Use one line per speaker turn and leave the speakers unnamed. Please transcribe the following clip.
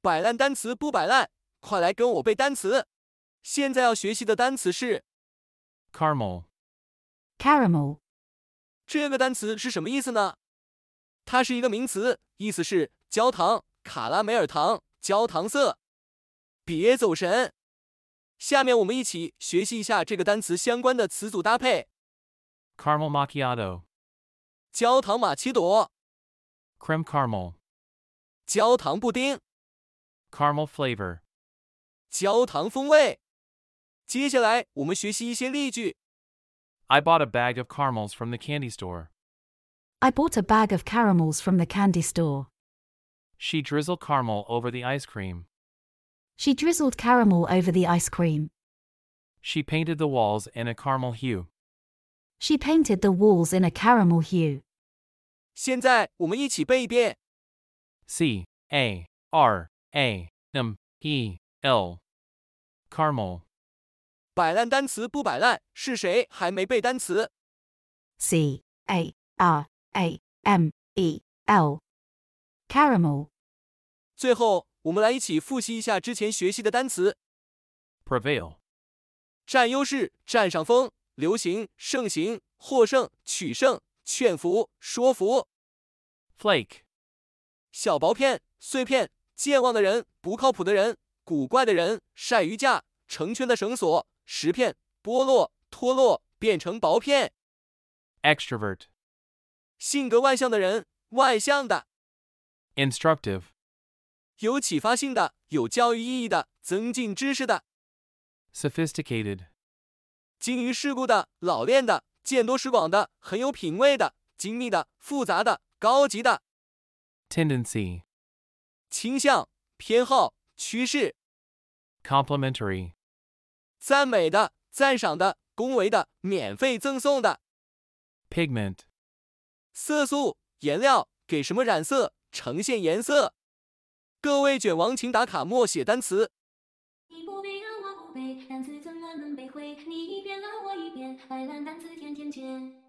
摆烂单词不摆烂，快来跟我背单词。现在要学习的单词是
caramel,
caramel,
这个单词是什么意思呢？它是一个名词，意思是焦糖、卡拉梅尔糖、焦糖色。别走神，下面我们一起学习一下这个单词相关的词组搭配：
caramel macchiato,
焦糖玛奇朵、
creme caramel,
焦糖布丁、
caramel flavor,
焦糖风味。接下来我们学习一些例句。
I bought a bag of caramels from the candy store.
I bought a bag of caramels from the candy store.
She drizzled caramel over the ice cream.
She drizzled caramel over the ice cream.
She painted the walls in a caramel hue.
She painted the walls in a caramel hue.
现在我们一起背一遍：
C A R A M E L. Caramel.
摆烂单词不摆烂，是谁还没背单词？
C A R A M E L. Caramel,
最后，我们来一起复习一下之前学习的单词：
Prevail.
占优势、占上风、流行、盛行、获胜、取胜、劝服、说服、
Flake.
小薄片、碎片、健忘的人、不靠谱的人、古怪的人、晒鱼架、成圈的绳索、石片、剥落、脱落、变成薄片、
Extrovert.
性格外向的人、外向的、
Instructive.
有启发性的、有教育意义的、增进知识的、
Sophisticated.
精于世故的、老练的、见多识广的、很有品味的、精密的、复杂的、高级的、
Tendency.
倾向、偏好、趋势、
Complimentary.
赞美的、赞赏的、恭维的、免费赠送的、
Pigment.
色素、颜料给什么染色、呈现颜色。各位卷王，请打卡默写单词。
你不背啊，我不背，单词怎么能背会？你一遍啊，我一遍，摆烂单词天天见。